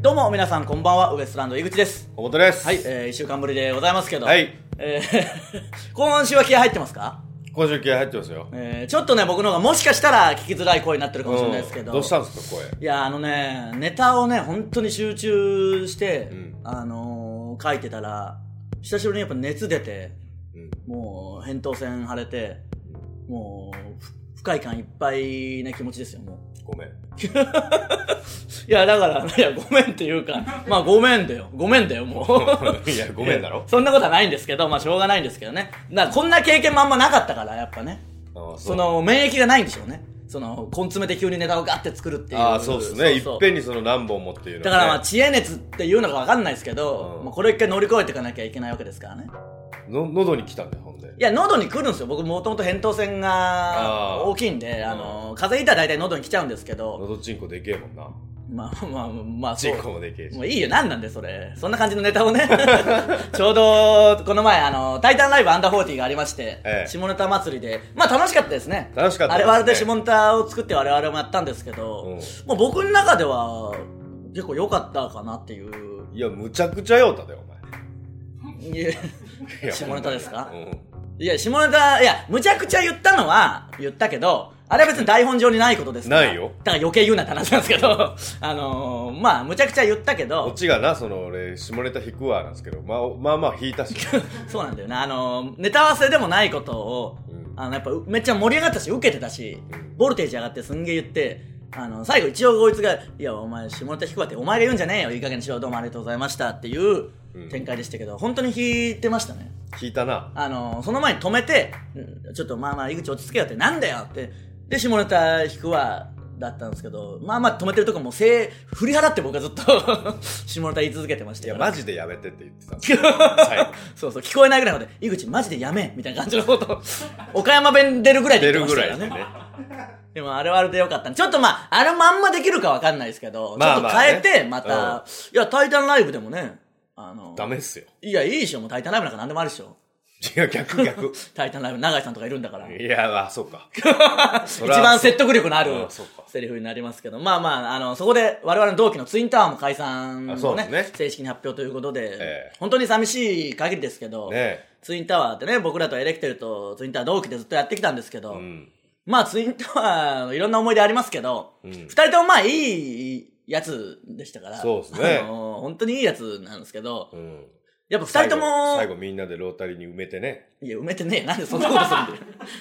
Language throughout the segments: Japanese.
どうも皆さんこんばんは、ウエストランド井口です。おことです。はい、えー、1週間ぶりでございますけど、はい。えー、 今週は気合入ってますか今週気合入ってますよ。えー、ちょっとね、僕の方がもしかしたら聞きづらい声になってるかもしれないですけど、うんどうしたんですか、声。いや、あのね、ネタをね、本当に集中して、うんあのー、書いてたら、久しぶりにやっぱ熱出て、 うん。もう、扁桃腺腫れて、もう、ふ不快感いっぱいな気持ちですよ、もう。ごめん。いや、だから、いや、ごめんっていうか、まあ、ごめんだよ。ごめんだよ、も う。いやごめんだろそんなことはないんですけど、まあ、しょうがないんですけどね。なこんな経験もあんまなかったから、やっぱね。ああそ、の、免疫がないんでしょうね。その、根詰めて急にネタをガッて作るっていう。ああ、そうですね。そういっぺんにその何本もっていうのだはから、まあ、ね、知恵熱っていうのかわかんないですけど、うんまあ、これ一回乗り越えていかなきゃいけないわけですからね。の喉に来たんだよ、ほんで。いや、喉に来るんですよ。僕、もともと扁桃腺があー大きいんで、あの、風邪ひいたら大体喉に来ちゃうんですけど、喉チンコでけえもんな。まあ、まあ、まあ、そチうン。コもでけえし。もういいよ、なんなんでそれ。そんな感じのネタをね。 ちょうど、この前、あの、タイタンライブアンダーフォーティーがありまして、ええ下ネタ祭りで、まあ楽しかったですね。楽しかったあでれすねはあれで下ネタを作って我々もやったんですけど、うんもう僕の中では、結構良かったかなっていう。いや、むちゃくちゃようただよ、お前。いやい や下ネタですかうん。いや、下ネタ、いや、むちゃくちゃ言ったのは、言ったけど、あれは別に台本上にないことですから。ないよだから余計言うなって話なんですけど、あのーまあ、むちゃくちゃ言ったけどこっ、ちがな、その、俺、下ネタ引くわ、なんですけど、まあ、まあまあ引 いたし。そうなんだよね。あの、ネタ合わせでもないことを、うんあの、やっぱうめっちゃ盛り上がったし、受けてたし、うんボルテージ上がってすんげえ言って、あの、最後一応こいつが、いや、お前、下ネタ引くわって、お前が言うんじゃねえよ、いい加減にしろ、どうもありがとうございましたっていううん展開でしたけど、本当に引いてましたね。引いたな。あの、その前に止めて、んちょっとまあまあ、井口落ち着けよって、なんだよって、で、下ネタ引くわ、だったんですけど、まあまあ止めてるとこも、せい、振り払って僕はずっと、 下ネタ言い続けてましいたや、よ。マジでやめてって言ってたんで すよ。最後そうそう、聞こえないぐらいまで、井口マジでやめみたいな感じのことを、岡山弁出るぐらいで出言るってぐましらたかいでらね。ね。でもあれはあれでよかった。ちょっとまあ、あのまんまできるかわかんないですけど、まあちょまっあと変えて、ねまた、うんいや、タイタンライブでもね、あの、ダメっすよ。いや、いいでしょ、もうタイタンライブなんか何でもあるでしょ。いや、逆逆。タイタンライブ、永井さんとかいるんだから。 いや、あ、そ うか。一番説得力のあるうんそうかセリフになりますけど、まあまあ、あの、そこで我々の同期のツインタワーも解散あそをうでねすね正式に発表ということで、ええ本当に寂しい限りですけど、ねえツインタワーってね、僕らとエレキテルとツインタワー同期でずっとやってきたんですけど、うん。まあツインタワーのいろんな思い出ありますけど、うん二、人ともまあいいやつでしたから、そうですねあの本当にいいやつなんですけど、うん。やっぱ二人とも、最後最後みんなでロータリーに埋め てねいや埋めてねえよなんでそんなことするんだよ。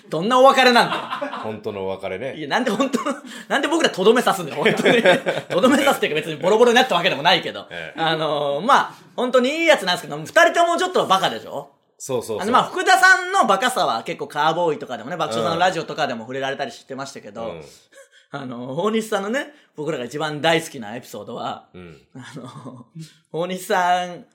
どんなお別れなんだよ。本当のお別れいねや、なんで本当、なんで僕らとどめ刺すんだよ、本当 に。とどめ刺すっていうか別にボロボロになったわけでもないけど。ええあのー、まあ、本当にいいやつなんですけど、二人ともちょっとバカでしょそうそうあその、うまあ、福田さんのバカさは結構カーボーイとかでもね、爆笑さんのラジオとかでも触れられたりしてましたけど、あのー、大西さんのね、僕らが一番大好きなエピソードは、うん、うん、あの、大西さん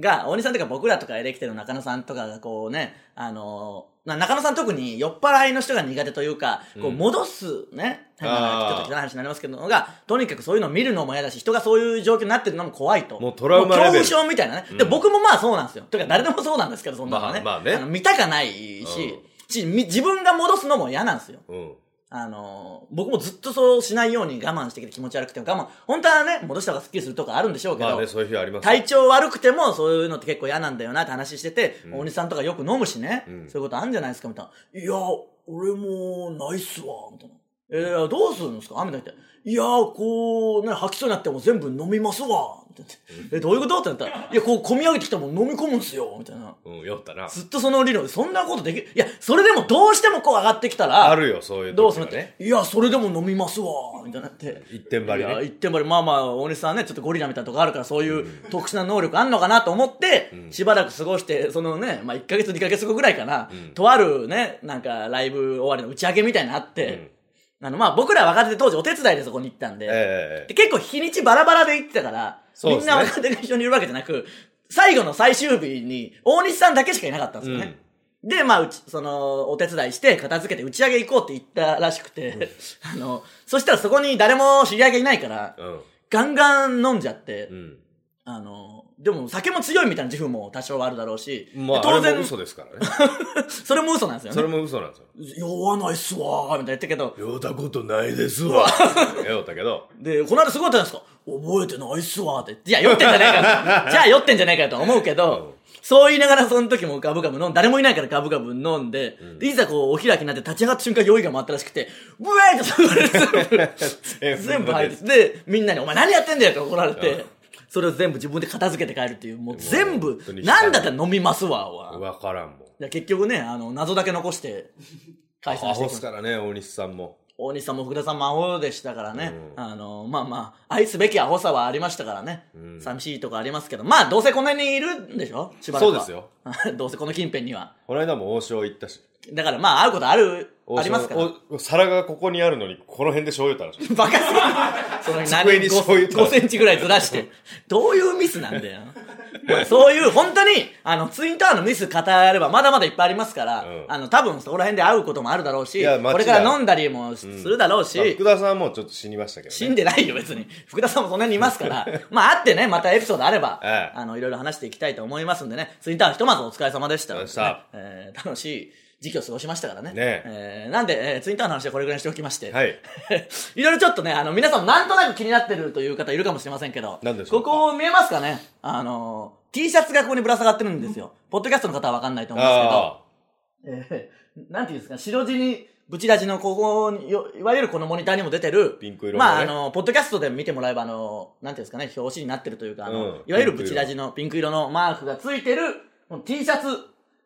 が、大西さんというか僕らとかエレキテルの中野さんとかがこうね、あの、な中野さん特に酔っ払いの人が苦手というか、こううん戻すね、変なあーちょっと汚い話になりますけど、のが、とにかくそういうのを見るのも嫌だし、人がそういう状況になってるのも怖いと。もうトラウマレベルもう恐怖症みたいなね。で、うん僕もまあそうなんですよ。というか誰でもそうなんですけど、そんなのね。まあまあねの見たかないし、しみ自分が戻すのも嫌なんですよ。うん、あの、僕もずっとそうしないように我慢してきて気持ち悪くても我慢、本当はね、戻した方がスッキリするとかあるんでしょうけど、まあねそういう日あります体調悪くてもそういうのって結構嫌なんだよなって話してて、大西さんとかよく飲むしね、うんそういうことあるんじゃないですかみたいな。いや、俺もないっすわ、みたいな。えー、どうするんですかみたいな。いや、こう、ね、吐きそうになっても全部飲みますわ、みたいな。え、どういうことってなったら、いや、こう、込み上げてきたもん飲み込むんすよ、みたいな。うん、酔ったなずっとその理論で、そんなことできる。いや、それでもどうしてもこう上がってきたら、あるよそういうどう時するはっねて、いや、それでも飲みますわみたいになって。一点張りいや、ね一点張り。まあまあ、大西さんね、ちょっとゴリラみたいなとこあるから、そういう特殊な能力あんのかなと思って、しばらく過ごして、そのね、まあ1ヶ月、2ヶ月後ぐらいかな、んとあるね、なんかライブ終わりの打ち上げみたいなのあって、あの、まあ僕ら若手で当時お手伝いでそこに行ったんで、ええで結構日にちバラバラで行ってたから、そみうでんすねな若手が一緒にいるわけじゃなく、最後の最終日に大西さんだけしかいなかったんですよね。で、まあ、うち、その、お手伝いして、片付けて打ち上げ行こうって言ったらしくて、 あの、そしたらそこに誰も知り合いがいないから、えええガンガン飲んじゃって、うんあの、でも酒も強いみたいな自負も多少はあるだろうし、まあ、当あれ然も、嘘で すからね。それも嘘なんですよそれね。も嘘な んですよ。酔わないっすわー、みたいな言ったけど、酔うたことないですわ。 酔うたけど。で、この間すごかったんですか覚えてないっすわーって。じゃあ酔ってんじゃないか と。じゃあ酔ってんじゃないかと思うけど、そう言いながらその時もガブガブ飲んで、誰もいないからガブガブ飲んで、でいざこうお開きになって立ち上がった瞬間酔いが回ったらしくて、ブエーって全部入 って、で、みんなにお前何やってんだよって怒られうてん、それを全部自分で片付けて帰るっていう、もう全部本当に、なんだったら飲みますわーは。わからんもん。いや結局ね、あの、謎だけ残して、解ア散していホっきますすからね、大西さんも。大西さんも福田さんもアホでしたからね、うあの、まあまあ、愛すべきアホさはありましたからね、ん寂しいとこありますけど、まあ、どうせこの辺にいるんでしょしばらくそうでは。すよ。すよ。 どうせこの近辺には。この間も王将行ったし。だからまあ、会うことある、ありますから。おお皿がここにあるのに、この辺で醤油たらし い。バカすぎるその 机にそういう5センチぐらいずらして。どういうミスなんだよ。まあそういう、本当に、あの、ツインタワーのミス語ればまだまだいっぱいありますから、うんあの、多分そこら辺で会うこともあるだろうし、いや間違いこれから飲んだりもするだろうし、まあ福田さんはもうちょっと死にましたけどね。死んでないよ別に福田さんもそんなにいますから まあ会ってねまたエピソードあれば、ええあのいろいろ話していきたいと思いますんでねツインタワーひとまずお疲れ様でしたお疲れ様でしたえー楽しい時期を過ごしましたからねねえーなんで、えーツインタワーの話はこれぐらいにしておきまして、はい。 いろいろちょっとねあの皆さんもなんとなく気になってるという方いるかもしれませんけど何でしょうかここ見えますかねあの T シャツがここにぶら下がってるんですよポッドキャストの方は分かんないと思うんですけどあえーなんていうんですか、白地に、ブチラジのここによ、いわゆるこのモニターにも出てる、ピンク色のねまあ、あの、ポッドキャストで見てもらえば、あの、なんていうんですかね、表紙になってるというか、あの、うんいわゆるブチラジのピンク色のマークがついてる、この T シャツ、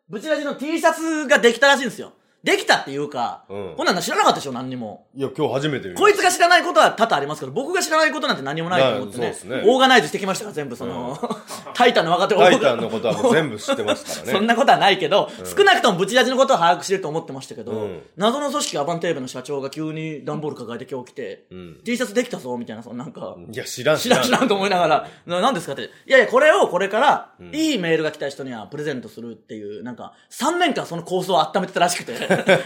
ブチラジの T シャツができたらしいんですよ。できたっていうか、うんこんなの知らなかったでしょ、何にも。あ。いや、今日初めて見まこいしつが知らないことは多々ありますけど、僕が知らないことなんて何もないと思ってなねい、そうですねオーガナイズしてきましたから、全部その、 タイタンの若手た。オーガタイタンのことはもう全部知ってますからね。そんなことはないけど、少なくともブチラジのことは把握してると思ってましたけど、うん謎の組織アバンテーブの社長が急に段ボール抱えて今日来て、うん T シャツできたぞみたいな、そのなんか、いや、知らん知らん知らんと思いながら、ななんですかって、いやいや、これをこれから、いいメールが来た人にはプレゼントするっていう、なんか、3年間その構想を温めてたらしくて、温 めて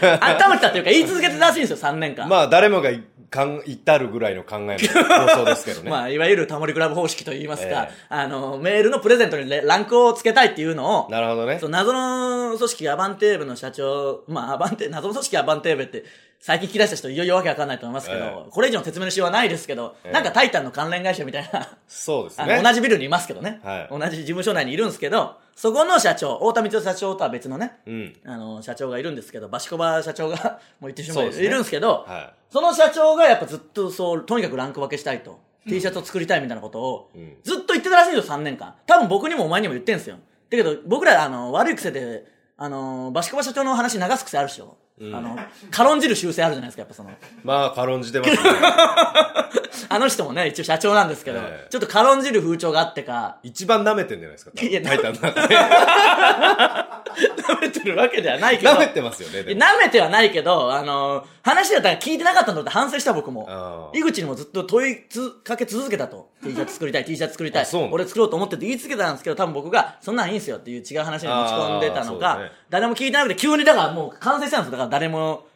たっていうか、言い続けてたらしいんですよ、3年間。まあ、誰もがいかん至るぐらいの考え の放送ですけどね。まあ、いわゆるタモリクラブ方式といいますか、ええあの、メールのプレゼントにレランクをつけたいっていうのを、なるほどねそ。う謎の組織アバンテーブの社長、まあ、アバンテ謎の組織アバンテーブって最近聞き出した人いよいよわけわかんないと思いますけど、えこれ以上の説明のしようはないですけど、ええなんかタイタンの関連会社みたいな、そうですあね。の同じビルにいますけどね、はい同じ事務所内にいるんですけど、そこの社長、太田光代社長とは別のね、うん。あの社長がいるんですけど、バシコバ社長が もう言ってしまそううですねいるんですけど、はその社長がやっぱずっとそう、とにかくランク分けしたいと。T シャツを作りたいみたいなことをん、ずっと言ってたらしいんですよ、3年間。多分僕にもお前にも言ってんすよ。だけど、僕ら、あの、悪い癖で、あの、バシコバ社長の話流す癖あるでしょ。あの、軽んじる習性あるじゃないですか、やっぱその。い。まあ、軽んじてます ね。あの人もね、一応社長なんですけどええ、ちょっと軽んじる風潮があってか、一番舐めてんじゃないですか。多分いやタイタンの中で。舐めてるわけではないけど、舐めいてますよね。でやも舐めてはないけど、あの、話だったら聞いてなかったんだって反省した僕も。あー井口にもずっと問いつかけ続けたと T シャツ作りたい T シャツ作りたいあそうなの俺作ろうと思ってて言い続けたんですけど多分僕がそんなんいいんすよっていう違う話に持ち込んでたのあか、ーそうですね誰も聞いてなくて急にだからもう完成したんですよだから誰も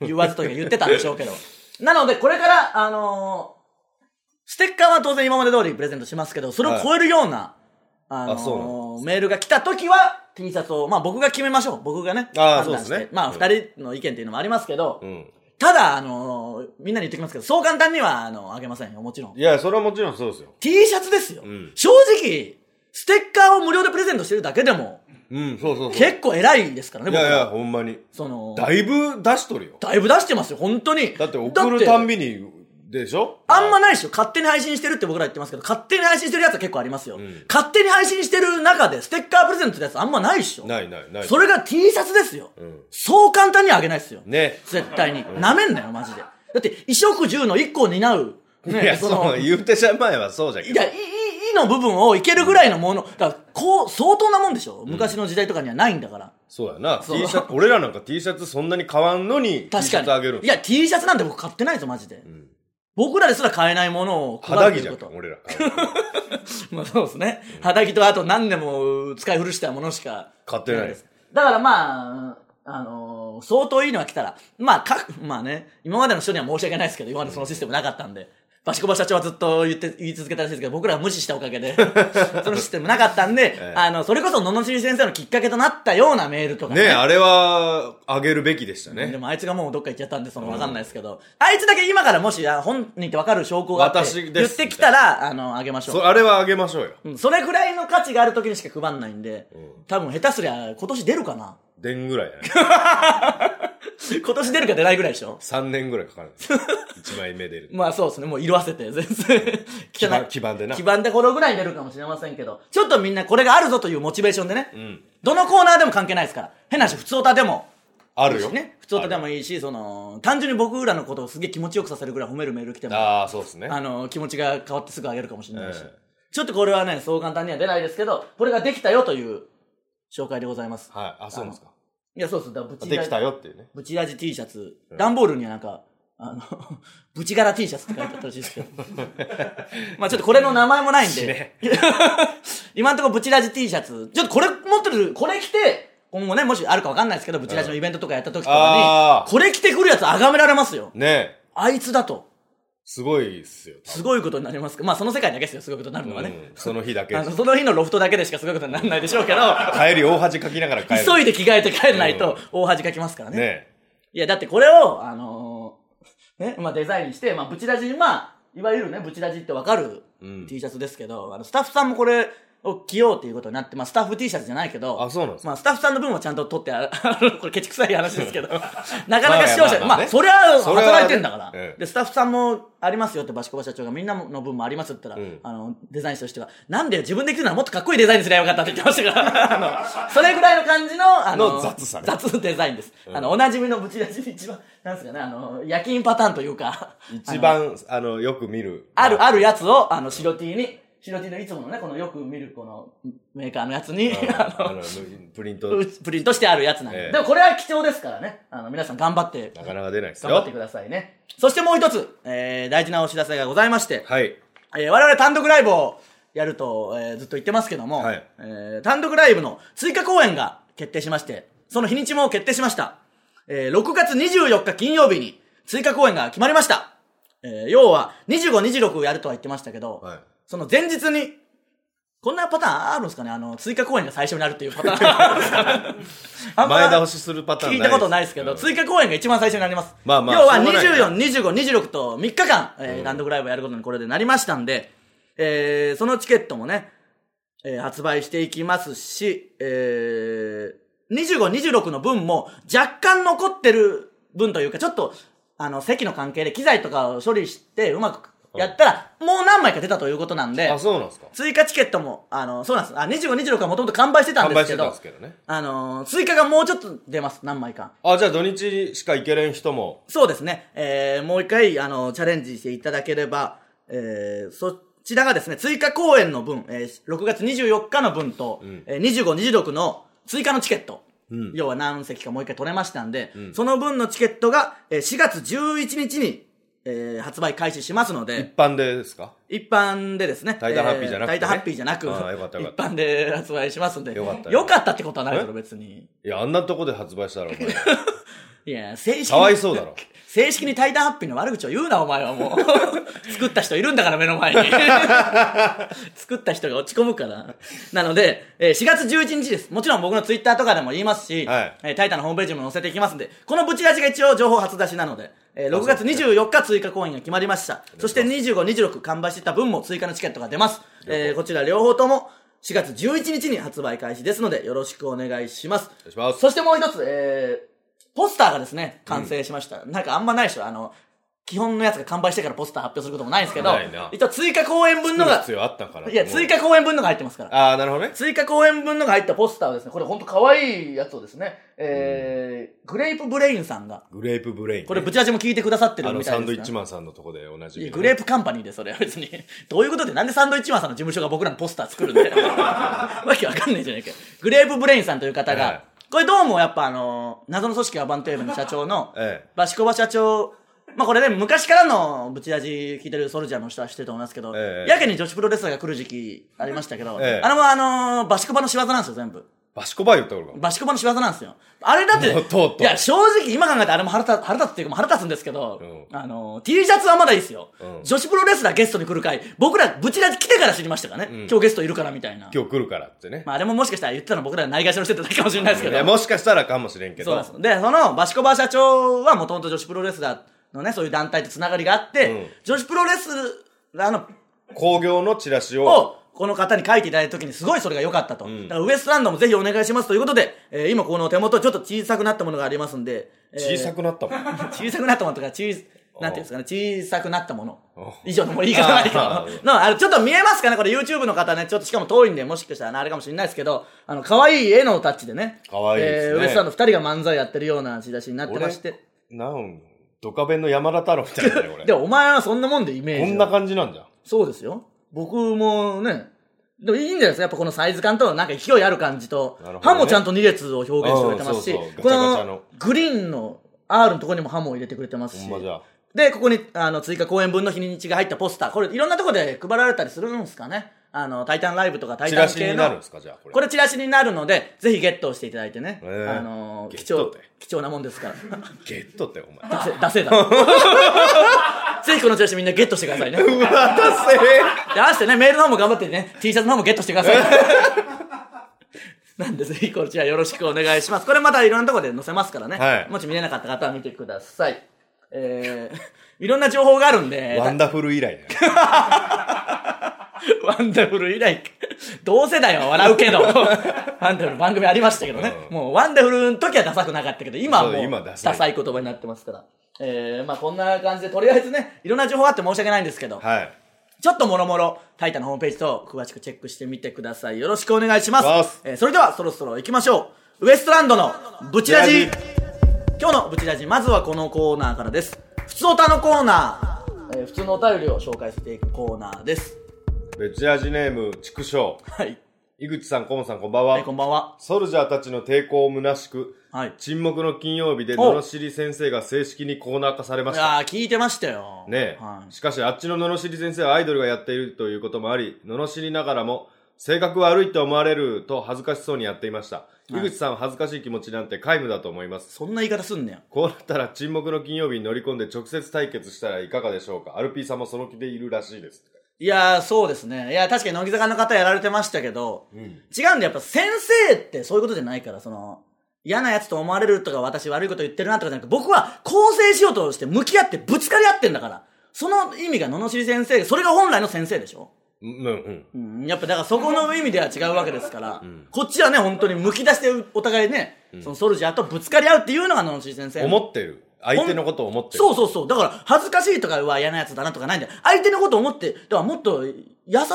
言わずというか言ってたんでしょうけど なのでこれからあのーステッカーは当然今まで通りプレゼントしますけどそれを超えるような、あのーあそうなメールが来た時は T シャツをまあ僕が決めましょう僕がねあー判断してそうですねまあうん2人の意見っていうのもありますけど、うん。ただ、あのみんなに言ってきますけど、そう簡単には、あの、あげませんよ、もちろんい。や、それはもちろんそうですよ。 T シャツですよ。ん正直、ステッカーを無料でプレゼントしてるだけでも、うん、そうそうそう。結構偉いですからね、い僕やいは。や、ほんまに。その、だいぶ出しとるよ。だいぶ出してますよ、本当に。だって送るたんびに、でしょあんまないでしょ勝手に配信してるって僕ら言ってますけど、勝手に配信してるやつは結構ありますよ。ん勝手に配信してる中で、ステッカープレゼントってやつあんまないでしょないないない。それが T シャツですよ。んそう簡単にはあげないですよ。ね。絶対に。なめんなよ、マジで。だって、衣食住の一個を担う。いねや、そのそう、言うてしゃ前はそうじゃけいど。や、いい、いいの部分をいけるぐらいのもの、だから、こう、相当なもんでしょ昔の時代とかにはないんだから。そうやな。T うシャツ、俺らなんか T シャツそんなに買わんのに、T 確シかャに。ツあげるんいや、T シャツなんて僕買ってないですよ、マジで。僕らですら買えないものを配肌る着とじいゃうんこと。俺ら。 まあそうですね。肌着とあと何年も使い古したものしか。買ってな いです。だからまあ、あのー相当いいのが来たら、まあ、か、まあね、今までの人には申し訳ないですけど、今までそのシステムなかったんで。バシコバ社長はずっと言って、言い続けたらしいですけど、僕らは無視したおかげ で、そのシステムなかったんで、ええあの、それこそ、ののしり先生のきっかけとなったようなメールとかねえ、あれは、あげるべきでしたでね。もあいつがもうどっか行っちゃったんで、そのわかんないですけど、あいつだけ今からもし、あ本人ってわかる証拠があって私言でっすてきたら、あの、あげましょうそ。あれはあげましょうよ。うんそれぐらいの価値がある時にしか配んないんで、多分下手すりゃ今年出るかなでんぐらいやね。 今年出るか出ないぐらいでしょ3年ぐらいかかるんですよ。1枚目出る。まあそうですね、もう色あせて、全然。 基盤基盤でな基盤でこのぐらいに出るかもしれませんけど、ちょっとみんなこれがあるぞというモチベーションでね、んどのコーナーでも関係ないですから、変な話、普通歌でも。あるよ。ね、普通歌でもいい。いいし、その、単純に僕らのことをすげえ気持ちよくさせるぐらい褒めるメール来ても、ああ、そうですね。あの、気持ちが変わってすぐ上げるかもしれないし、ええちょっとこれはね、そう簡単には出ないですけど、これができたよという紹介でございます。はい。あ、そうなんですか。いや、そうです。だからブチできラたよっていうね。ブチラジ T シャツ、段ボールにはなんか、あの、 ブチ柄 T シャツって書いてあったらしいですけど。まあちょっとこれの名前もないんで、 今んところブチラジ T シャツ、ちょっとこれ持ってる、これ着て、今後ね、もしあるかわかんないですけど、ブチラジのイベントとかやった時とかあに、ーこれ着てくるやつあがめられますよ。ねえ。あいつだと。すごいっすよ。すごいことになりますけどまあその世界だけですよ、すごいことになるのはね。うんその日だけあ。のその日のロフトだけでしかすごいことにならないでしょうけど、帰り大恥かきながら 帰る。急いで着替えて帰らないと大恥かきますからね。ねいや、だってこれを、あのーね、まあデザインして、まあブチラジ、まあ、いわゆるね、ブチラジってわかるうん T シャツですけど、あの、スタッフさんもこれを着ようっていうことになって、まあスタッフ T シャツじゃないけど、あそうなんですかまあスタッフさんの分はちゃんと取ってあ、あの これケチくさい話ですけ ど、なかなまかあ視聴者、まあままああ、ねそれはそれはね働いてんだから、ええで、スタッフさんもありますよって、バシコバ社長がみんなの分もありますって言ったら、うんあの、デザインした人が、なんで自分で着るならもっとかっこいいデザインにすればよかったって言ってましたから、 あの、それぐらいの感じの、あの、の雑さね雑デザインです。あの、おなじみのブチラジで一番、なんですかね、あの、夜勤パターンというか、え。一番、あの、よく見る。ある、あるやつを、あの、白 T に、白 T のいつものね、このよく見るこのメーカーのやつに、 ああの、の、プリント、うプリントしてあるやつなんで。ええでもこれは貴重ですからね。あの、皆さん頑張って、なかなか出ないです頑張よって。くださいね。そしてもう一つ、えー、大事なお知らせがございまして、はい。えー我々単独ライブをやると、えーずっと言ってますけども、はいえー単独ライブの追加公演が決定しまして、その日にちも決定しました。えー6月24日金曜日に追加公演が決まりました。えー要は、25、26やるとは言ってましたけど、はいその前日に、こんなパターンあるんですかねあの、追加公演が最初になるっていうパターンあるんですかね あんま前倒しするパターン聞いたことないですけど、うん追加公演が一番最初になります。まあまあ要はしょうがない24、25、26と3日間、えー単独ライブをやることにこれでなりましたんで、えーそのチケットもね、えー発売していきますし、えー、25、26の分も若干残ってる分というか、ちょっと、あの、席の関係で機材とかを処理して、うまくやったら、もう何枚か出たということなんであ、、そうなんですか。追加チケットも、あの、そうなんです。あ、25、26はもともと完売してたん販で売すしけてたんどです、けどね。あのー追加がもうちょっと出ます。何枚か。あ、じゃあ土日しか行けれん人も。そうですね。えー、もう一回、あの、チャレンジしていただければ、えー、そちらがですね、追加公演の分、えー、6月24日の分と、えー、25、26の追加のチケット。要は何席かもう一回取れましたんで、その分のチケットが、えー、4月11日に、えー、発売開始しますので一、般でですか一般でですね。タイタンハッピーじゃなえータくてねイタンハッピーじゃなく、あーよかったよかった一般で発売しますんで、よかったよかったってことはないだろ、え別に。いや、あんなとこで発売したら、お前、いや、正式かにわいそうだろ。正式にタイタンハッピーの悪口を言うな、お前はも う。作った人いるんだから、目の前に。作った人が落ち込むから。なので、えー4月11日です。もちろん僕のツイッターとかでも言いますし、はいえータイタンのホームページも載せていきますんで、このブチラジが一応情報初出しなので、えー6月24日追加公演が決まりました。そして25、26完売してた分も追加のチケットが出ます。えーこちら両方とも4月11日に発売開始ですので、よろしくお願いします。願いしますそしてもう一つ、えー、ポスターがですね、完成しました。なんかあんまないでしょ、あの、基本のやつが完売してからポスター発表することもないんですけどないな、一応追加公演分のが必、要あったから。いや、追。加公演分のが入ってますから。ああ、なるほどね。追加公演分のが入ったポスターをですね、これほんと可愛いやつをですね、えー、グレープブレインさんが、グレープブレインね。これブチラジも聞いてくださってるあの、みたサいンドイッですチね。マンさんのとこでおなじいみやの。グレープカンパニーでそれは別にどういうことでなんでサンドイッチマンさんの事務所が僕らのポスター作るんだよ わけわかんないじゃないかグレープブレインさんという方が、はいこれどうもやっぱあのー謎の組織アバンテーブの社長のええバシコバ社長まあこれね昔からのブチラジ聞いてるソルジャーの人は知ってると思いますけど、ええやけに女子プロレスラーが来る時期ありましたけど、ええあれもあのーバシコバの仕業なんですよ全部バシコバ言った俺が。バシコバの仕業なんですよ。あれだって、もうとうというや、正直今考えてあれも腹立つ、腹立つっていうかまあ腹立つんですけど、うあの、T シャツはまだいいですよ、うん女子プロレスラーゲストに来る回、僕らブチラジ来てから知りましたからね、うん今日ゲストいるからみたいな。今日来るからってね。まああれももしかしたら言ってたの僕ら内外しのしてただけかもしれないですけいど。やもしかしたらかもしれんけそうど。なんですよで、その、バシコバ社長はもともと女子プロレスラーのね、そういう団体とつながりがあって、うん女子プロレスラーの工業のチラシを、をこの方に書いていただいた時にすごいそれが良かったと、んだからウエストランドもぜひお願いしますということで、えー今この手元ちょっと小さくなったものがありますんで、えー小さくなった もん。小さくなったものとか小なんていうんですかね小さくなったものお以上のもう言い方ないけどあーのあれちょっと見え ますかねこれ YouTube の方ねちょっとしかも遠いんでもしかしたらねあれかもしれないですけどあの可愛い絵のタッチでね可愛いですねえーウエストランド2人が漫才やってるようなチラシになってまして俺なん、ドカベンの山田太郎みたいだよ、こでれ。もお前はそんなもんでイメージこはんな感じなんじゃん。そうですよ。僕もね、でもいいんじゃないですか。やっぱこのサイズ感と、なんか勢いある感じと、なるほどね歯もちゃんと2列を表現してくれてますし、うんそうそうこガチャガチのャのグリーンの R のところにも歯も入れてくれてますしほんまじゃ。で、ここにあの追加公演分の日にちが入ったポスター、これいろんなとこで配られたりするんですかね。あの、タイタンライブとかタイチタランシ系になるのん。ですか、じゃあ、これ。これチラシになるので、ぜひゲットをしていただいてね。へーあの、貴ゲット重って、貴重なもんですから。ゲットって、お前。 出せ、出せ だ。ぜひこのチラシみんなゲットしてくださいね。うわ、達成で、合わせてね、メールの方も頑張ってね、T シャツの方もゲットしてください。なんで、ぜひこちらよろしくお願いします。これまたいろんなところで載せますからね。はいもし見れなかった方は見てください。えー、いろんな情報があるんで、ワンダフル以来だよ。ワンダフル以来、同世代は笑うけど、ワンダフル番組ありましたけどね、うもうワンダフルの時はダサくなかったけど、今はもそう今うダダサいサい言葉になってますから。えー、まあこんな感じで、とりあえずね、いろんな情報あって申し訳ないんですけど、はい。ちょっともろもろ、タイタのホームページ等、詳しくチェックしてみてください。よろしくお願いします。ますえーそれでは、そろそろ行きましょう。ウエストランドのブチラジブチ。今日のブチラジ、まずはこのコーナーからです。普通おたのコーナー。えー普通のお便りを紹介していくコーナーです。ベチアジネーム、畜生。はい。井口さん、コンさん、こんばんはい、こは。んばんは。ソルジャーたちの抵抗虚しく、はい。沈黙の金曜日で、おののしり先生が正式にコーナー化されまいした。やー、聞いてましたよ。ねえ、はい。しかしあっちの罵り先生はアイドルがやっているということもあり罵りながらも性格悪いと思われると恥ずかしそうにやっていました、い井口さんは恥ずかしい気持ちなんて皆無だと思いますそんな言い方すんねや。こうなったら沈黙の金曜日に乗り込んで直接対決したらいかがでしょうかアルピーさんもその気でいるらしいですいやー、そうですね。いや、確かに乃木坂の方やられてましたけど、違うんで、やっぱ先生ってそういうことじゃないから、その、嫌なやつと思われるとか、私悪いこと言ってるなとかじゃなくて、僕は構成しようとして向き合ってぶつかり合ってんだから、その意味が罵り先生、それが本来の先生でしょうんうんうん、やっぱだからそこの意味では違うわけですから、こっちはね、本当にむき出してお互いね、そのソルジャーとぶつかり合うっていうのが罵り先生うんの思ってる相手のことを思ってるそうそうそう。だから、恥ずかしいとか、うわ、嫌なやつだなとかないんだよ。相手のこと思って、だからもっと優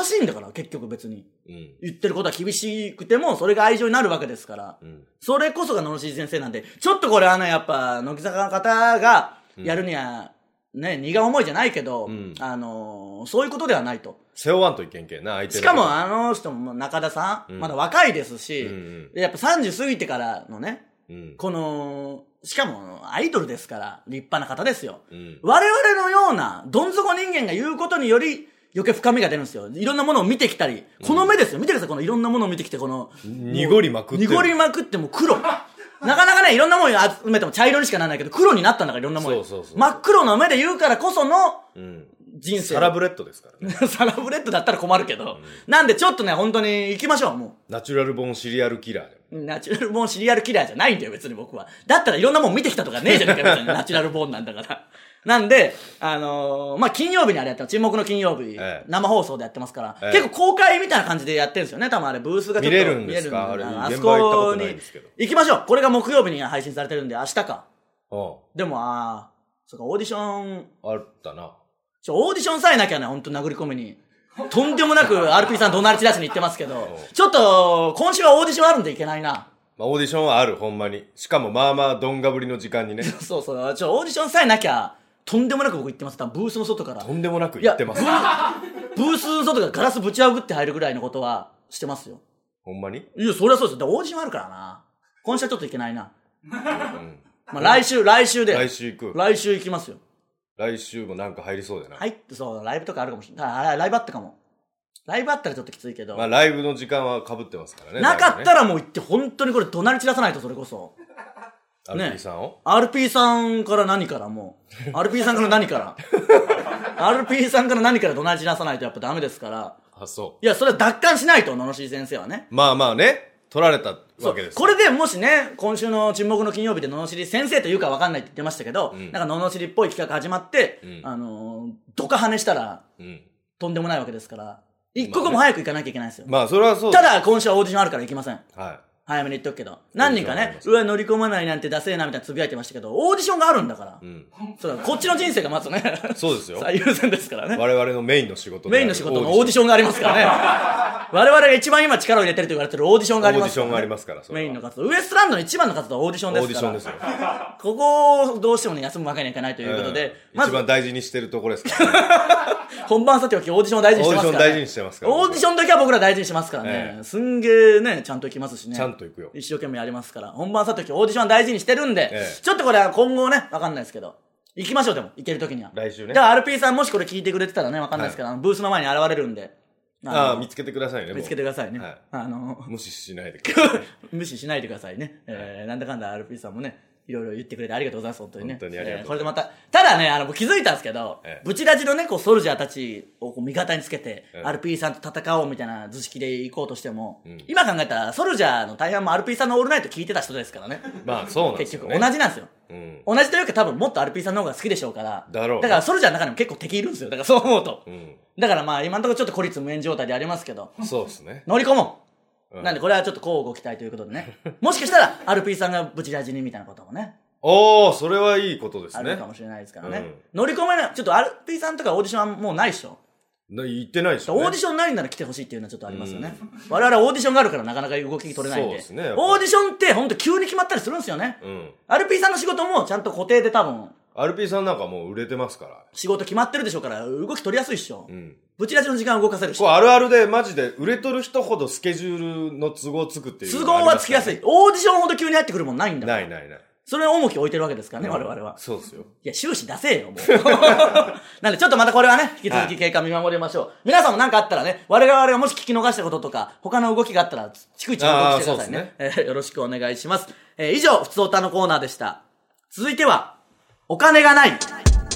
しいんだから、結局別に。うん言ってることは厳しくても、それが愛情になるわけですから。んそれこそが野々し先生なんで、ちょっとこれはね、やっぱ、乃木坂の方が、やるには、ね、荷が重いじゃないけど、んあのーそういうことではないと。背負わんといけんけんな相手しのかこともあの人も中田さん、うんまだ若いですし、うんうんでやっぱ30過ぎてからのね、うんこの、しかもアイドルですから、立派な方ですよ。うん我々のようなどん底人間が言うことにより余計深みが出るんですよいろんなものを見てきたりこの目ですよ、見てくださいこのいろんなものを見てきてこの濁りまくってる濁りまくってもう黒なかなかねいろんなものを集めても茶色にしかならないけど黒になったんだからいろんなものそうそうそう真っ黒の目で言うからこそのうん人生サラブレッドですから ねサラブレッドだったら困るけど、なんでちょっとね本当に行きましょうもうナチュラルボーンシリアルキラーでナチュラルボーンシリアルキラーじゃないんだよ、別に僕は。だったらいろんなもん見てきたとかねえじゃねえか、 別に。ナチュラルボーンなんだから。なんで、あのーまあ、金曜日にあれやってます沈黙の金曜日、ええ生放送でやってますから、ええ結構公開みたいな感じでやってるんですよね、多分あれ、ブースがちょっと見れるんですか見れるんでああれそこ現場行ったことにないんですけど行きましょう。これが木曜日に配信されてるんで、明日か。うんでも、あーそうか、オーディション、あったなちょ、オーディションさえなきゃね、ほんと殴り込みに。とんでもなく RP さん怒鳴り散らしに行ってますけど、ちょっと、今週はオーディションあるんでいけないな。まあ、オーディションはある、ほんまに。しかも、まあまあ、どんがぶりの時間にね、そうそう、ちょ、オーディションさえなきゃ、とんでもなく僕行ってます。多分ブースの外から。とんでもなく言ってます。ブースの外からガラスぶち破って入るぐらいのことはしてますよ。ほんまに、いや、そりゃそうですよ。で、オーディションあるからな。今週はちょっと行けないな。うん、まあ、来週、来週で。来。週行く。来週行きますよ。来週もなんか入りそうだな。入って、そう、ライブとかあるかもしれない。あライブあったかも。ライブあったらちょっときついけど、まあ、ライブの時間はかぶってますからね。なかったら、らもう行って本当にこれ怒鳴り散らさないとそれこそアねルピーさんを。 RP さんから何からも う RP さんから何から RP さんから何から怒鳴り散らさないとやっぱダメですからあ、そいやそれは奪還しないと罵り先生はねう。まあまあね、取られたそわうけです。これでもしね今週の「沈黙の金曜日」で罵り先生というか分かんないって言ってましたけど、んなんか罵りっぽい企画始まって、んあのーどか跳ねしたらうん。とんでもないわけですから一刻も早く行かなきゃいけないんですよ、まあ、それはそう。ただ今週はオーディションあるから行きませんは早めに言っとくけど何人かオーデねィシうわ乗り込まないなんてダセえなみたいなつぶやいてましたけどオーディションがあるんだから、い。うん。そうだこっちの人生がまずねそうですよ。最優先ですからね我々のメインの仕事であるメインの仕事のオーディションがありますからね。我々が一番今力を入れてると言われてるオーディションがありますから、オーディションがありますからそれはメインの活動。ウエストランドの一番の活動はオーディションオでーすディかショら。ンですよ。ここをどうしてもね、休むわけにはいかないということで、うんま一ず番大事にしてるところですからね、 本番さておきオーディションを大事にしてますから、ね。オーディション大事にしてますからオーディションだけは僕ら大事にしてますからね。えすんげーね、ちゃんと行きますしね。ちゃんと行くよ一生懸命やりますから。本番さておきオーディションは大事にしてるんで、ええちょっとこれは今後ね、わかんないですけど。行きましょうでも、行ける時には。来週ねだから RP さんもしこれ聞いてくれてたらね、わかんないですけど、あのブースの前に現れるんで。ああ、の見つけてくださいね。もう見つけてくださいね。はいあの、無視しないでください。 無視しないでくださいね。えー、なんだかんだ RP さんもね、いろいろ言ってくれてありがとうございます、本当にね。本当にありがとうえーごこれざでまいた、ただね、あの、僕気づいたんですけど、ええブチラジのね、こう、ソルジャーたちをこう味方につけて、ええ RP さんと戦おうみたいな図式で行こうとしても、ん今考えたら、ソルジャーの大半も RP さんのオールナイト聞いてた人ですからね。まあ、そうなんです結よ、局、ね。同じなんですよ。うん。同じというか多分もっと RP さんの方が好きでしょうから。だろうねからソルジャーの中にも結構敵いるんですよ。だからそう思うと。うん。だからまあ今のところちょっと孤立無縁状態でありますけど、そうですね。乗り込もう、うんなんでこれはちょっと交互期待ということでねもしかしたら RP さんがブチラジにみたいなこともねおー、それはいいことですあるねか。もしれないですからね、うん乗り込めないちょっと RP さんとかオーディションはもうないでしょな言ってないでしょ、オね。ーディションないなら来てほしいっていうのはちょっとありますよね、我々はオーディションがあるからなかなか動き取れないんそうでですねやっぱオーディションって本当急に決まったりするんですよね、うん。 RP さんの仕事もちゃんと固定で多分 RP さんなんかもう売れてますから。仕事決まってるでしょうから動き取りやすいっしょ、うん。ブチラジの時間を動かせるしこうあるあるで、マジで、売れとる人ほどスケジュールの都合つくっていう、都合はつきやすい。い、オーディションほど急に入ってくるもんないんだからないないない。それを重きを置いてるわけですからね、我々はそうですよ。いや、終始出せよ、もう。 なんで、ちょっとまたこれはね、引き続き経過見守りましょう。皆さんも何かあったらね、我々がもし聞き逃したこととか、他の動きがあったら、逐一報告してくださいね。えーよろしくお願いします。えー以上、ふつおたのコーナーでした。続いては、お金がない。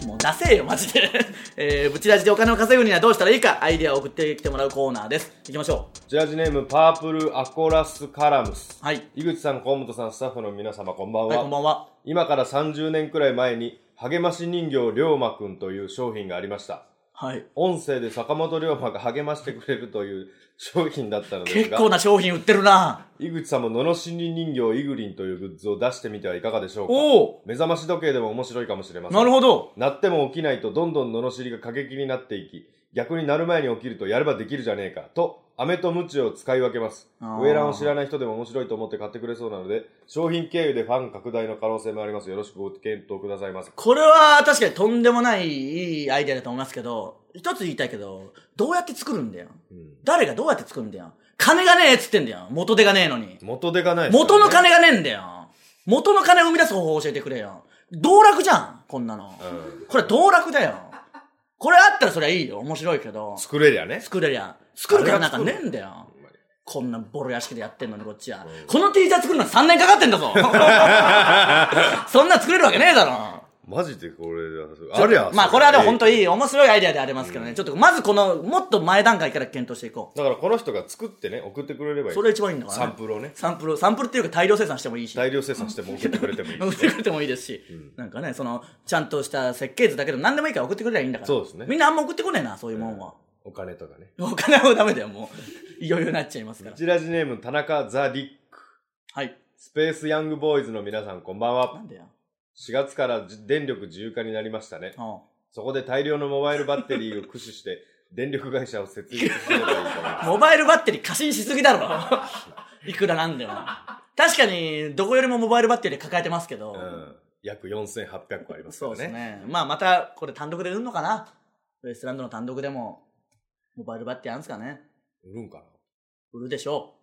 もう出せよ、マジで。 えー、ブチラジでお金を稼ぐにはどうしたらいいか、アイデアを送ってきてもらうコーナーです。行きましょジャージネーム、パープルアコラスカラムス。う。はい。井口さん、河本さん、スタッフの皆様、こんばはんは。い、こんばんは。今から30年くらい前に、励まし人形龍馬くんという商品がありました。はい。音声で坂本龍馬が励ましてくれるという商品だったのです結が、構な商品売ってるな井口さんも罵り人形イグリンというグッズを出してみてはいかがでしょうかおお目覚まし時計でも面白いかもしれません。なるほど。なっても起きないとどんどん罵りが過激になっていき、逆になる前に起きるとやればできるじゃねえか、と、飴と鞭を使い分けます。あー上欄を知らない人でも面白いと思って買ってくれそうなので、商品経由でファン拡大の可能性もあります。よろしくご検討くださいませ。これは確かにとんでもないいいアイデアだと思いますけど、一つ言いたいけど、どうやって作るんだよ。うん誰がどうやって作るんだよ。金がねえっつってんだよ。元手がねえのに。元手がないですか元らね、の金がねえんだよ。元の金を生み出す方法を教えてくれよ。道楽じゃん、こんなの。うんこれ道楽だよ。これあったらそりゃいいよ。面白いけど。作れりゃね。作れりゃ。作るからなんかねえんだよ。こんなボロ屋敷でやってんのにこっちは。この T シャツ作るのに3年かかってんだぞ。そんなん作れるわけねえだろ。マジでこれ、ありゃ。まあこれはでも本当に。いい面白いアイデアでありますけどね、ちょっとまずこのもっと前段階から検討していこだからこの人が作ってね、送ってくれればいうい。それ一番いいんだからサねンプルをね、サンプルサンプルっていうか大量生産してもいいし大量生産しても送ってくれて もいい。送ってくれてもいいですし、 なんかねそのちゃんとした設計図だけど何でもいいから送ってくれりゃいいんだからそうですねみんなあんま送ってこねえなそういうもんは、 お金とかね。お金はダメだよもう余裕になっちゃいます からジラジネーム、田中ザ・リック。はいスペースヤングボーイズの皆さんこんばんなは。んでや4月からじ電力自由化になりましたね。あそこで大量のモバイルバッテリーを駆使して、電力会社を設立すればいいかな。あモバイルバッテリー過信しすぎだろ いくらなんでも確かにどこよりもモバイルバッテリー抱えてますけ ど、うん。約4800個ありますかそらうですね。ね。まあまた、これ単独で売るのかなウエストランドの単独でも、モバイルバッテリーあるんすかね売るんかな売るでしょ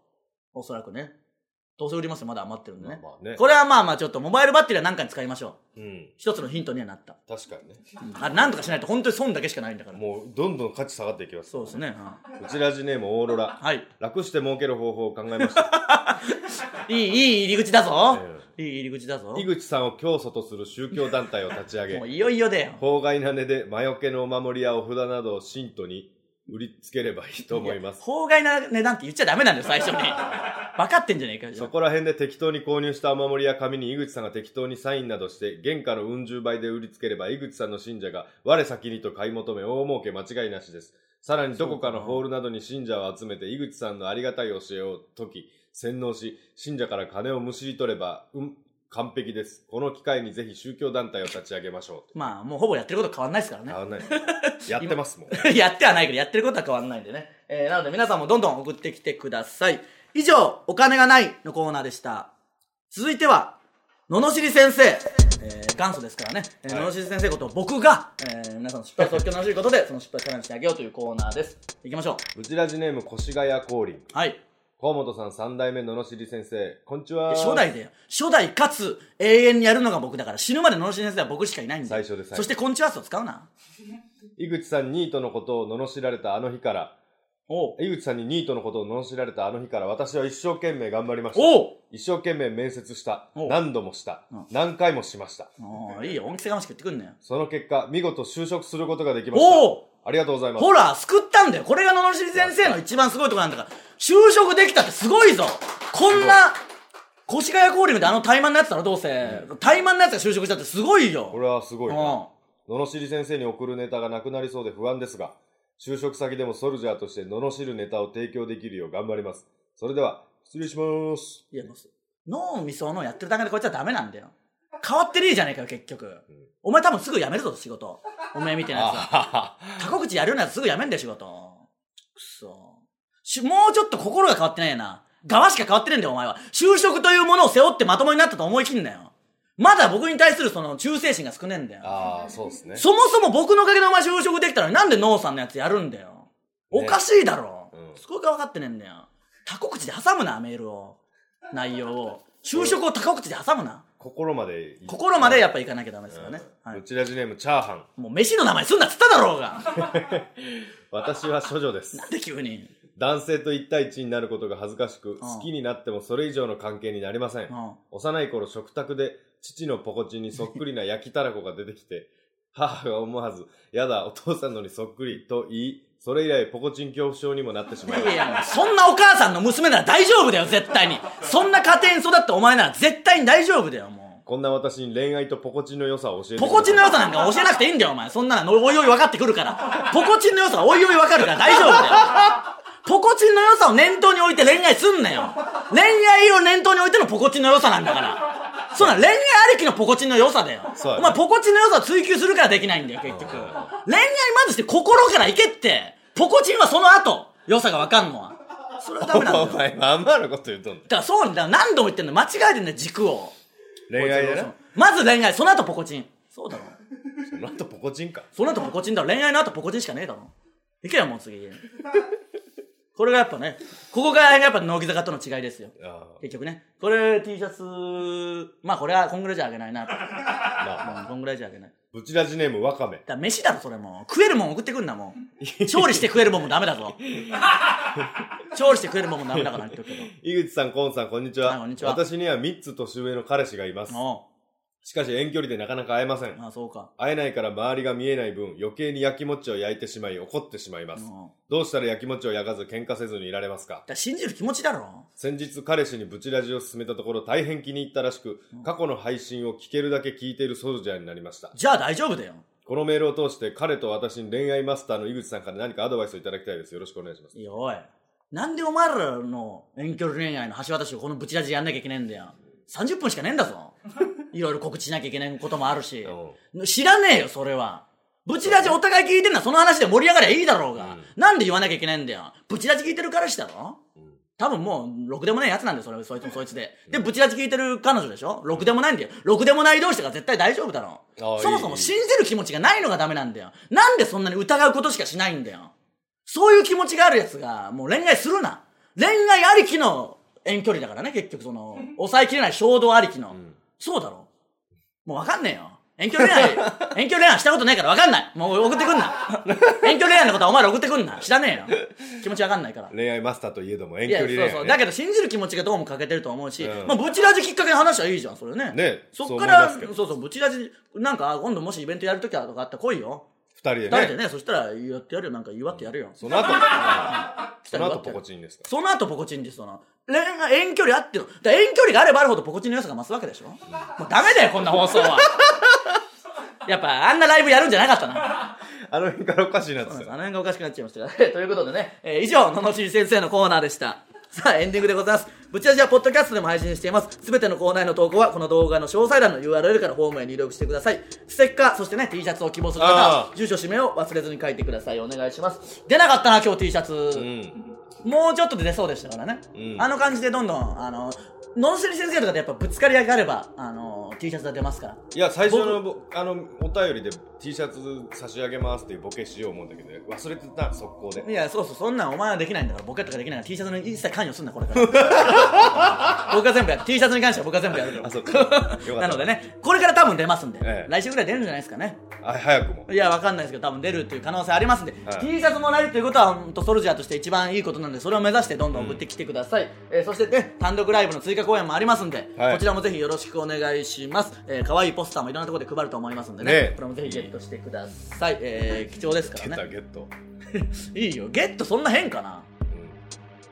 う。おそらくね。どうせ売りますよ、まだ余ってるんでね。まあね。これはまあまあちょっと、モバイルバッテリーは何かに使いましょう。うん。一つのヒントにはなった。確かにね。うんあれ、なんとかしないと本当に損だけしかないんだから。もう、どんどん価値下がっていきます。そうですね。うんうちラジネームオーロラ。はい。楽して儲ける方法を考えました。いい、いい入り口だぞ。ういい入り口だぞ。井口さんを教祖とする宗教団体を立ち上もうげ、いよいよだよ。法外な値で魔除けのお守りやお札などを信徒に売りつければいいと思います。法外な値段って言っちゃダメなんだよ、 最初に。分かってんじゃねえかよ。そこら辺で適当に購入したお守りや紙に井口さんが適当にサインなどして、原価の運十倍で売りつければ井口さんの信者が我先にと買い求め大儲け間違いなしです。さらにどこかのホールなどに信者を集めて井口さんのありがたい教えを解き、洗脳し、信者から金をむしり取れば、うん、完璧です。この機会にぜひ宗教団体を立ち上げましょまあ、もうほぼやってること変わんないですからう。ね変。わんないですやってますもん。 やってはないけど、やってることは変わんないんでね。えーなので皆さんもどんどん送ってきてください。以上、お金がないのコーナーでした。続いては、ののしり先生。えー元祖ですからね。えーはいののしり先生こと僕が、えー皆さんの失敗と即興を楽しむことで、その失敗をチャレンジしてあげようというコーナーです。行きましょうちラジネーム越谷降臨。う。はい。河本さん三代目ののしり先生。こんにちは。初代で、初代かつ永遠にやるのが僕だから、死ぬまでののしり先生は僕しかいないんで。最初で最初そして、こんちはすを使うな。井口さんニートのことを罵られたあの日から、おう。井口さんにニートのことを罵られたあの日から、私は一生懸命頑張りました。おう一生懸命面接した。お何度もしたうん。何回もしました。おういいよ、恩着せがましく言ってくんなよ。その結果、見事就職することができましおうた。ありがとうございますほ。ら、救ったんだよ。これが野々尻先生の一番すごいところなんだから。就職できたってすごいぞ。こんな、越谷氷であの怠慢なやつだろ、どうせ。怠慢なやつが就職したってすごいよ。これはすごいうんな。罵り先生に送るネタがなくなりそうで不安ですが、就職先でもソルジャーとして罵るネタを提供できるよう頑張ります。それでは、失礼します。いや、もう、脳みそのやってるだけでこいつはダメなんだよ。変わってねえじゃねえかよ、結局。お前多分すぐ辞めるぞ、仕事。お前みたいなやつは。あタコ口やるようなやつすぐ辞めんだよ、仕事。くそ。し、もうちょっと心が変わってないな。側しか変わってねえんだよ、お前は。就職というものを背負ってまともになったと思い切んなよ。まだ僕に対するその忠誠心が少ねえんだよ。あー、そうですね。そもそも僕のおかげでお前就職できたのになんでノーさんのやつやるんだよ。おかしいだろ。うんそこが分かってねえんだよ。タコ口で挟むな、メールを。内容を。就職をタコ口で挟むな。心までいい心までやっぱいかなきゃダメですからね。はうい。ちらジネームチャーハンもう飯の名前すんなっつっただろうが。 私は処女ですなんで急に。男性と一対一になることが恥ずかしくん好きになってもそれ以上の関係になりませんうん幼い頃食卓で父のポコチンにそっくりな焼きたらこが出てきて 母が思わず「やだお父さんのにそっくり」と言いそれ以来ポコチン恐怖症にもなってしまいいまやいしたや、そんなお母さんの娘なら大丈夫だよ、絶対に。そんな家庭に育ったお前なら絶対に大丈夫だよ、もこんな私に恋愛とポコチンの良さを教えう。てポコチンの良良さなんか教えなくていいんだよ、お前。そんなの、おいおい分かってくるから。ポコチンの良さはおいおい分かるから大丈夫だよ。ポコチンの良さを念頭に置いて恋愛すんなよ。恋愛を念頭に置いてのポコチンの良さなんだから。そんな恋愛ありきのポコチンの良さだよ。そうだねお前ポコチンの良さを追求するからできないんだよ、結局。恋愛まずして心からいけって。ポコチンはその後、良さが分かんのは。それはダメなんだよ お。前まんまのこと言うとんねんだからそうだから何度も言ってんの間違えてんだよ軸を恋愛だなまず恋愛その後ポコチンそうだろその後ポコチンかその後ポコチンだろ恋愛の後ポコチンしかねえだろいけよもう次これがやっぱねここがやっぱ乃木坂との違いですよあ結局ねこれ T シャツまあこれはこんぐらいじゃあげない なとあまあまあうんこんぐらいじゃあげないだブチラジネームワカメから飯だろそれも食えるもん送ってくんなも う調理して食えるもんもダメだ ぞ調理して食えるもんもダメだから言っとくけど井口さん、コーンさん、こんにちは。はいこんにちは私には3つ年上の彼氏がいます。おしかし遠距離でなかなか会えませ。うんまあそうか会えないから周りが見えない分、余計に焼き餅を焼いてしまい、怒ってしまいまうんすだ。かどうしたら焼き餅を焼かず喧嘩せずにいられますから信じる気持ちだろ先日彼氏にブチラジを勧めたところ大変気に入ったらしく、過去の配信を聞けるだけ聞いているソルジャーになりました。じゃあ大丈夫だよこのメールを通して彼と私に恋愛マスターの井口さんから何かアドバイスをいただきたいです。よろしくお願いします。いや、おい。なんでお前らの遠距離恋愛の橋渡しをこのブチラジやんなきゃいけないんだよ。30分しかねえんだ ぞ。いろいろ告知しなきゃいけないこともあるし。知らねえよ、それは。ブチラジお互い聞いてんのはその話で盛り上がりゃいいだろうが。うんなんで言わなきゃいけないんだよ。ブチラジ聞いてる彼氏だろうん多分もう、ろくでもないやつなんだよ、それ、そいつもそいつで。で、ブチラジ聞いてる彼女でしょろくでもないんだよ。ろくでもない同士だから絶対大丈夫だろ。ああそもそいいいもい信じる気持ちがないのがダメなんだよ。なんでそんなに疑うことしかしないんだよ。そういう気持ちがあるやつが、もう恋愛するな。恋愛ありきの遠距離だからね、結局その、抑えきれない衝動ありきの。うんそうだろもうわかんねえよ。遠距離 恋愛、遠距離恋愛したことないからわかんない。もう送ってくんな。遠距離恋愛のことはお前ら送ってくんな。知らねえよ。気持ちわかんないから。恋愛マスターといえども遠い距や、そう離恋愛、ね。そう。だけど信じる気持ちがどうも欠けてると思うし、うんまあ、ブチラジきっかけの話はいいじゃん、それね。ねそっから、そう思いますけそうどそう、ブチラジ、なんか、今度もしイベントやるときとかあったら来いよ。二人で二人ね。でね、そしたら、やってやるよ、なんか祝ってやるよ。その後、来そたのら祝後ってポやコる。チンですかその後ポコチンです、その。恋愛、遠距離あっての。だから遠距離があればあるほどポコチンの良さが増すわけでしょ。もうダメだよ、こんな放送 は。やっぱ、あんなライブやるんじゃなかったな。 ら。 あの辺からおかしいなってそうなんでたすあの辺がおかしくなっちゃいましたけど ということでね、えー以上、ののしり先生のコーナーでした。さあ、エンディングでございます。ぶちラジはポッドキャストでも配信しています。すべてのコーナーへの投稿は、この動画の詳細欄の URL からフォームへ入力してください。ステッカー、そしてね、T シャツを希望する方あは、住所、氏名を忘れずに書いてください。お願いします。出なかったな、今日 T シャツ。うん。もうちょっとで出そうでしたからね。うんあの感じでどんどん、あの、ののしり先生とかでやっぱぶつかり合いがあれば、あの、T シャツが出ますから。いや、最初のぼ、あの、お便りで T シャツ差し上げますっていうボケしよう思うんだけど、忘れてた、速攻で。いや、そうそう、そんなんお前はできないんだから、ボケとかできないから、T シャツに一切関与すんな、これ から。僕は全部やる。T シャツに関しては僕は全部やるからあ、そうか。よかった。 なので。ね、これから多分出ますんで、ええ来週ぐらい出るんじゃないですかね。あ、早くも。いや、わかんないですけど、多分出るっていう可能性ありますんで、はい T シャツもらえるということは、本当ソルジャーとして一番いいことなんで、それを目指してどんどん送ってきてください。えーそしてね、単独ライブの追加公演もありますんで、はいこちらもぜひよろしくお願いします。えー、可愛いポスターもいろんなところで配ると思いますんでね、ねえこれもぜひゲットしてください。えー貴重ですかゲらット、ね。ゲット。いいよ、ゲットそんな変かなうん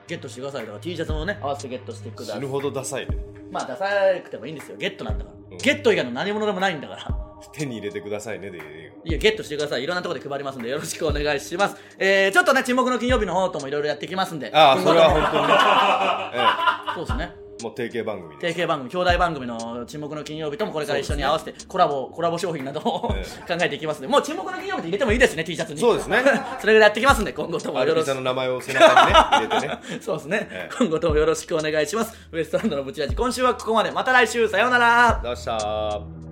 ゲットしてくださいとか T シャツもね合わせてゲットしてくださ死いぬほどダサいね。まあダサくてもいいんですよゲットなんだから、うんゲット以外の何物でもないんだから手に入れてくださいね、でいいよいやゲットしてくださいいろんなところで配りますんでよろしくお願いしますえー、ちょっとね沈黙の金曜日の方ともいろいろやってきますんで ああ、今そ後れとはも本当にね。ええそうですねもう定型番組で提携番組兄弟番組の沈黙の金曜日ともこれから一緒に合わせてコラボ、コラボ商品などを考ええていきますんでもう沈黙の金曜日って入れてもいいですね T シャツにそうですねそれぐらいやってきますんで今後ともアよルろしピくザの名前を背中にね、入れてね。 そうですね、ええ今後ともよろしくお願いしますウエストランドのブチラジ今週はここまでまた来週さようならどうしたー